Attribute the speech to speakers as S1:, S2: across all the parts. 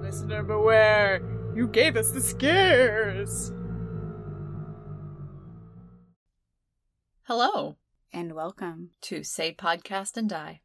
S1: prisoner, beware! You gave us the scares!
S2: Hello
S3: And welcome.
S2: to Say Podcast and Die.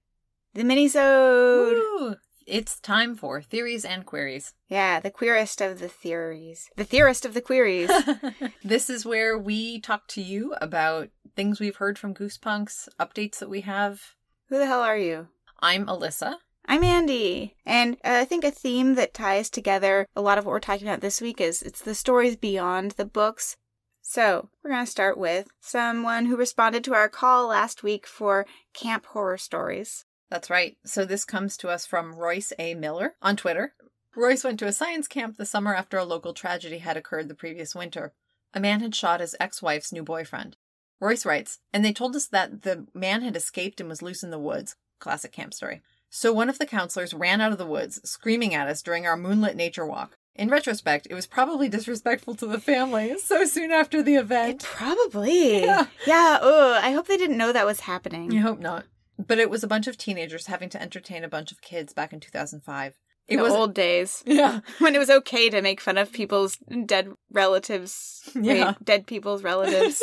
S3: The minisode.
S2: Woo! It's time for theories and queries.
S3: Yeah, the queerest of the theories. The theorist of the queries.
S2: this is where we talk to you about things we've heard from Goosepunks, updates that we have.
S3: Who the hell are you?
S2: I'm Alyssa.
S3: I'm Andy. And uh, I think a theme that ties together a lot of what we're talking about this week is it's the stories beyond the books. So, we're going to start with someone who responded to our call last week for camp horror stories.
S2: That's right. So this comes to us from Royce A. Miller on Twitter. Royce went to a science camp the summer after a local tragedy had occurred the previous winter. A man had shot his ex wife's new boyfriend. Royce writes, and they told us that the man had escaped and was loose in the woods. Classic camp story. So one of the counselors ran out of the woods, screaming at us during our moonlit nature walk. In retrospect, it was probably disrespectful to the family so soon after the event.
S3: Probably.
S2: Yeah.
S3: Yeah. Yeah. Oh, I hope they didn't know that was happening.
S2: You hope not. But it was a bunch of teenagers having to entertain a bunch of kids back in 2005. It
S3: the
S2: was
S3: old days
S2: Yeah.
S3: when it was okay to make fun of people's dead relatives,
S2: Yeah.
S3: wait, dead people's relatives,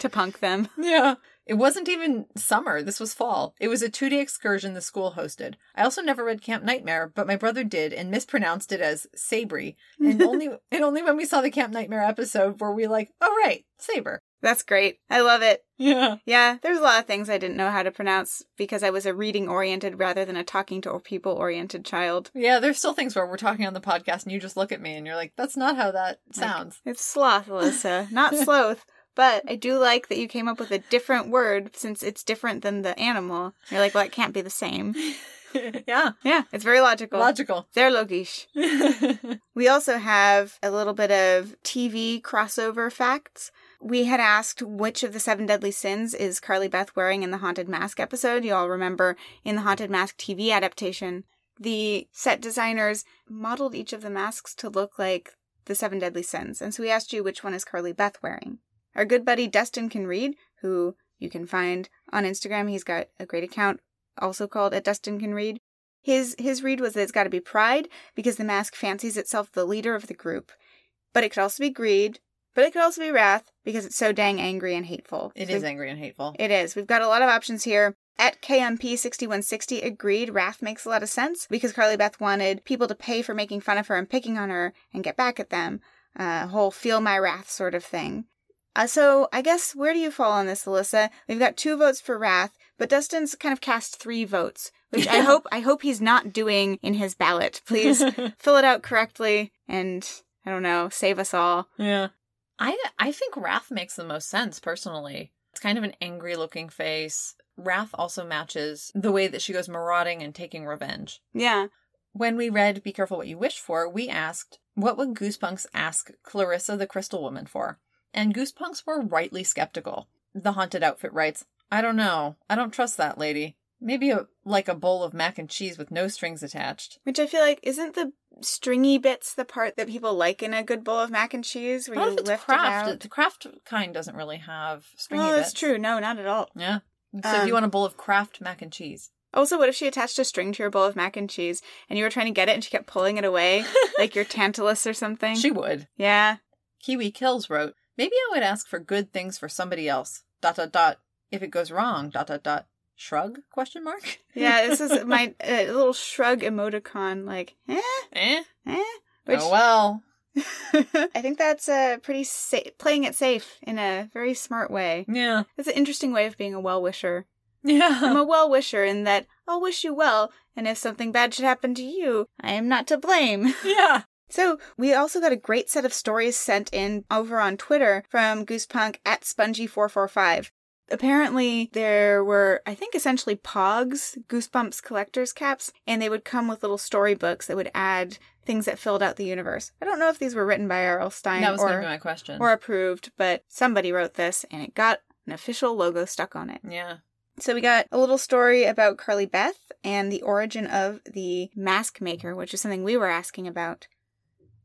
S3: to punk them.
S2: Yeah. It wasn't even summer. This was fall. It was a two day excursion the school hosted. I also never read Camp Nightmare, but my brother did and mispronounced it as Sabri. And only and only when we saw the Camp Nightmare episode were we like, oh right, Saber.
S3: That's great. I love it.
S2: Yeah.
S3: Yeah, there's a lot of things I didn't know how to pronounce because I was a reading oriented rather than a talking to people oriented child.
S2: Yeah, there's still things where we're talking on the podcast and you just look at me and you're like, that's not how that sounds.
S3: It's sloth, Alyssa, not sloth. But I do like that you came up with a different word since it's different than the animal. You're like, well, it can't be the same.
S2: yeah.
S3: Yeah, it's very logical.
S2: Logical.
S3: They're logish. We also have a little bit of TV crossover facts. We had asked which of the seven deadly sins is Carly Beth wearing in the Haunted Mask episode. You all remember in the Haunted Mask TV adaptation, the set designers modeled each of the masks to look like the seven deadly sins. And so we asked you which one is Carly Beth wearing. Our good buddy Dustin Can Read, who you can find on Instagram, he's got a great account also called at Dustin Can Read. His his read was that it's got to be pride because the mask fancies itself the leader of the group. But it could also be greed, but it could also be wrath because it's so dang angry and hateful.
S2: It is angry and hateful.
S3: It is. We've got a lot of options here. At KMP6160 agreed, Wrath makes a lot of sense because Carly Beth wanted people to pay for making fun of her and picking on her and get back at them. Uh, whole feel my wrath sort of thing. Uh, so I guess where do you fall on this, Alyssa? We've got two votes for Wrath, but Dustin's kind of cast three votes, which I hope I hope he's not doing in his ballot. Please fill it out correctly and I don't know, save us all.
S2: Yeah. I I think Wrath makes the most sense personally. It's kind of an angry looking face. Wrath also matches the way that she goes marauding and taking revenge.
S3: Yeah.
S2: When we read Be Careful What You Wish For, we asked, What would Goosepunks ask Clarissa the Crystal Woman for? And Goosepunks were rightly skeptical. The Haunted Outfit writes, I don't know. I don't trust that lady. Maybe a, like a bowl of mac and cheese with no strings attached.
S3: Which I feel like isn't the stringy bits the part that people like in a good bowl of mac and cheese where
S2: What
S3: you
S2: if
S3: lift
S2: it's
S3: it
S2: craft?
S3: out.
S2: The craft kind doesn't really have stringy
S3: Oh, that's
S2: bits.
S3: true. No, not at all.
S2: Yeah. So if
S3: Um,
S2: you want a bowl of Kraft mac and cheese,
S3: Also, what if she attached a string to your bowl of mac and cheese and you were trying to get it and she kept pulling it away, like your Tantalus or something?
S2: she would.
S3: yeah.
S2: Kiwi Kills wrote, Maybe I would ask for good things for somebody else. Dot dot dot. If it goes wrong, dot dot dot. Shrug? Question mark?
S3: Yeah, this is my uh, little shrug emoticon, like, eh,
S2: eh?
S3: eh. Which
S2: Oh well.
S3: I think that's uh, pretty sa- playing it safe in a very smart way.
S2: Yeah.
S3: It's an interesting way of being a well wisher. I'm
S2: Yeah.
S3: a well wisher in that I'll wish you well, and if something bad should happen to you, I am not to blame.
S2: Yeah.
S3: So, we also got a great set of stories sent in over on Twitter from Goosepunk at Spongy445. Apparently, there were, I think, essentially POGs, Goosebumps collector's caps, and they would come with little storybooks that would add things that filled out the universe. I don't know if these were written by R.L. Stein
S2: That was gonna
S3: or,
S2: be my question.
S3: or approved, but somebody wrote this and it got an official logo stuck on it.
S2: yeah.
S3: So we got a little story about Carly Beth and the origin of the mask maker, which is something we were asking about.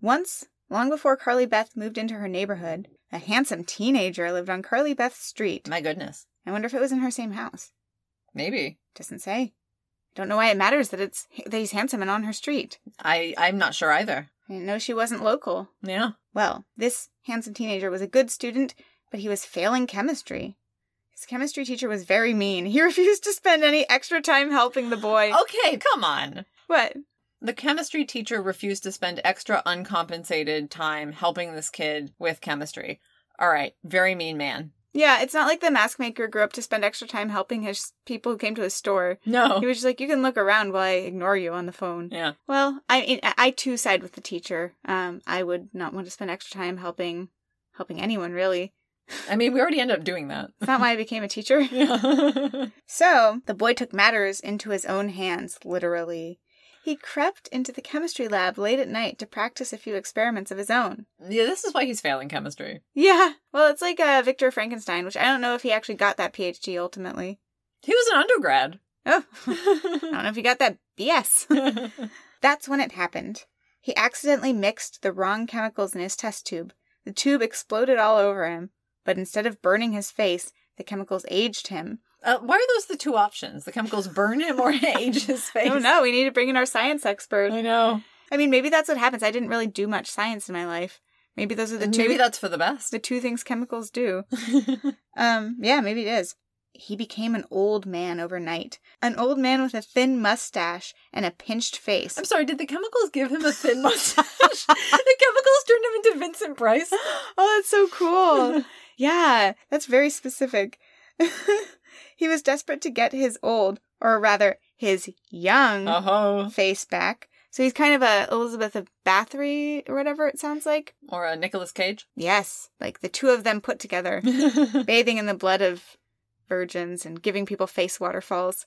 S3: Once, long before Carly Beth moved into her neighborhood, a handsome teenager lived on Carly Beth's street.
S2: My goodness.
S3: I wonder if it was in her same house.
S2: Maybe.
S3: Doesn't say. Don't know why it matters that it's that he's handsome and on her street.
S2: I I'm not sure either.
S3: I didn't know she wasn't local.
S2: Yeah.
S3: Well, this handsome teenager was a good student, but he was failing chemistry. His chemistry teacher was very mean. He refused to spend any extra time helping the boy.
S2: Okay, come on.
S3: What?
S2: The chemistry teacher refused to spend extra uncompensated time helping this kid with chemistry. All right, very mean man.
S3: Yeah, it's not like the mask maker grew up to spend extra time helping his people who came to his store.
S2: No.
S3: He was just like, "You can look around while I ignore you on the phone."
S2: Oh. Yeah.
S3: Well, I mean, I I too side with the teacher. Um, I would not want to spend extra time helping, helping anyone really.
S2: I mean, we already ended up doing that.
S3: It's not why I became a teacher.
S2: Yeah.
S3: So the boy took matters into his own hands, literally. He crept into the chemistry lab late at night to practice a few experiments of his own.
S2: yeah, this is why he's failing chemistry.
S3: Yeah, well, it's like uh, Victor Frankenstein, which I don't know if he actually got that PhD ultimately.
S2: He was an undergrad.
S3: Oh, I don't know if he got that BS. That's when it happened. He accidentally mixed the wrong chemicals in his test tube. The tube exploded all over him, but instead of burning his face, the chemicals aged him.
S2: Uh, why are those the two options? The chemicals burn him or age his face?
S3: Oh no, we need to bring in our science expert.
S2: I know.
S3: I mean, maybe that's what happens. I didn't really do much science in my life. Maybe those are the two
S2: Uh, Maybe that's for the best.
S3: the two things chemicals do. Um, yeah, maybe it is. He became an old man overnight. An old man with a thin mustache and a pinched face.
S2: I'm sorry, did the chemicals give him a thin mustache? the chemicals turned him into Vincent Price?
S3: Oh, that's so cool. yeah, that's very specific. he was desperate to get his old, or rather, his young
S2: Oh.
S3: face back. So he's kind of a Elizabeth of Bathory or whatever it sounds like.
S2: Or a Nicolas Cage?
S3: Yes, like the two of them put together, bathing in the blood of virgins and giving people face waterfalls.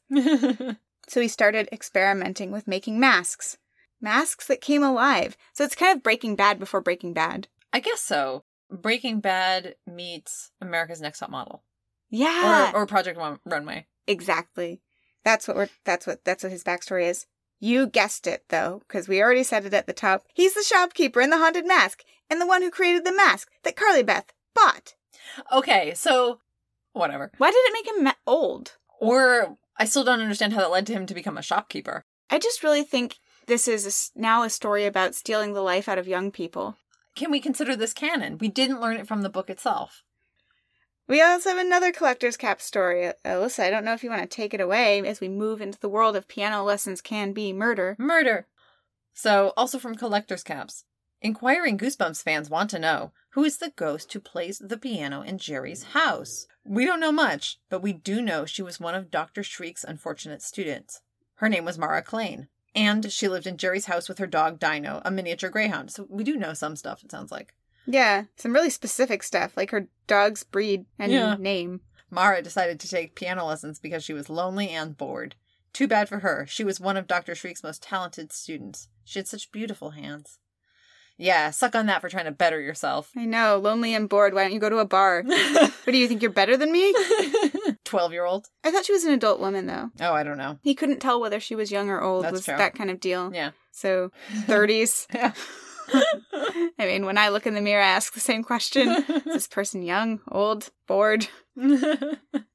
S3: So he started experimenting with making masks. Masks that came alive. So it's kind of Breaking Bad before Breaking Bad.
S2: I guess so. Breaking Bad meets America's Next Top Model
S3: Yeah.
S2: or, or Project Run- Runway.
S3: Exactly. That's what we're. That's what. That's what his backstory is. You guessed it though, because we already said it at the top. He's the shopkeeper in the haunted mask, and the one who created the mask that Carly Beth bought.
S2: Okay, so whatever.
S3: Why did it make him ma- old?
S2: Or I still don't understand how that led to him to become a shopkeeper.
S3: I just really think this is a s now a story about stealing the life out of young people.
S2: Can we consider this canon? We didn't learn it from the book itself.
S3: We also have another collector's cap story, Alyssa. I don't know if you want to take it away as we move into the world of piano lessons can be murder.
S2: Murder. So, also from Collector's Caps. Inquiring Goosebumps fans want to know who is the ghost who plays the piano in Jerry's house? We don't know much, but we do know she was one of Dr. Shriek's unfortunate students. Her name was Mara Klein, and she lived in Jerry's house with her dog Dino, a miniature greyhound. So, we do know some stuff, it sounds like.
S3: Yeah, some really specific stuff, like her dog's breed and
S2: Yeah.
S3: name.
S2: Mara decided to take piano lessons because she was lonely and bored. Too bad for her. She was one of Dr. Shriek's most talented students. She had such beautiful hands. Yeah, suck on that for trying to better yourself.
S3: I know, lonely and bored. Why don't you go to a bar? what do you think? You're better than me?
S2: 12 year old.
S3: I thought she was an adult woman, though.
S2: Oh, I don't know.
S3: He couldn't tell whether she was young or old.
S2: That's
S3: was
S2: true.
S3: that kind of deal?
S2: Yeah.
S3: So, 30s.
S2: Yeah.
S3: I mean, when I look in the mirror, I ask the same question: Is this person young, old, bored?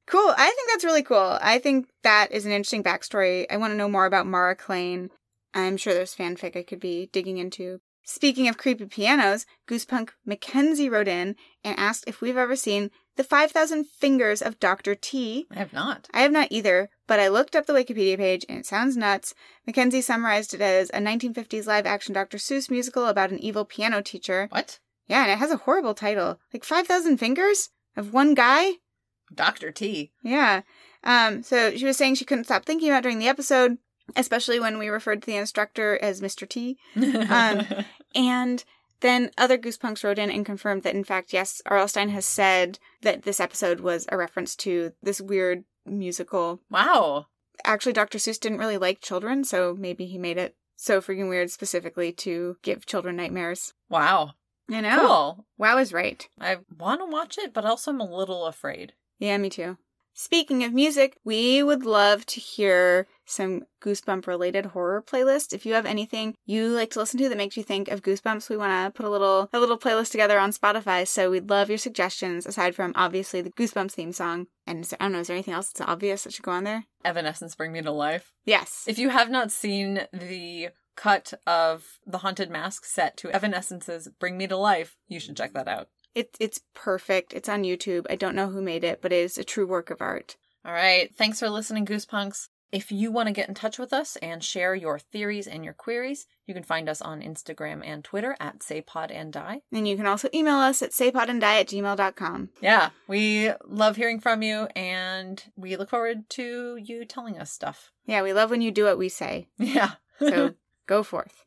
S3: Cool. I think that's really cool. I think that is an interesting backstory. I want to know more about Mara Klein. I'm sure there's fanfic I could be digging into. Speaking of creepy pianos, Goosepunk Mackenzie wrote in and asked if we've ever seen the 5,000 fingers of Dr. T.
S2: I have not.
S3: I have not either, but I looked up the Wikipedia page and it sounds nuts. Mackenzie summarized it as a 1950s live action Dr. Seuss musical about an evil piano teacher.
S2: What?
S3: Yeah, and it has a horrible title like 5,000 fingers of one guy?
S2: Dr. T.
S3: Yeah. Um, so she was saying she couldn't stop thinking about it during the episode, especially when we referred to the instructor as Mr. T. Um, And then other Goosepunks wrote in and confirmed that, in fact, yes, Arlstein has said that this episode was a reference to this weird musical.
S2: wow.
S3: Actually, Dr. Seuss didn't really like children, so maybe he made it so freaking weird specifically to give children nightmares.
S2: Wow.
S3: I know.
S2: Cool.
S3: Wow is right.
S2: I want to watch it, but also I'm a little afraid.
S3: Yeah, me too. Speaking of music, we would love to hear some Goosebump related horror playlists. If you have anything you like to listen to that makes you think of Goosebumps, we want to put a little a little playlist together on Spotify. So we'd love your suggestions. Aside from obviously the Goosebumps theme song, and is there, I don't know, is there anything else that's obvious that should go on there?
S2: Evanescence Bring Me to Life.
S3: Yes,
S2: If you have not seen the cut of the Haunted Mask set to Evanescence's Bring Me to Life, you should check that out.
S3: it, it's perfect. It's on YouTube. I don't know who made it, but it is a true work of art.
S2: All right. Thanks for listening, Goosepunks. If you want to get in touch with us and share your theories and your queries, you can find us on Instagram and Twitter at SayPod and Die.
S3: And you can also email us at saypodanddie at gmail.com.
S2: Yeah, we love hearing from you and we look forward to you telling us stuff.
S3: Yeah, we love when you do what we say.
S2: Yeah.
S3: So go forth.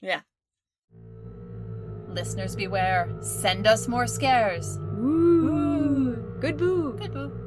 S2: Listeners beware, send us more scares.
S1: Ooh.
S2: Good boo. Good boo.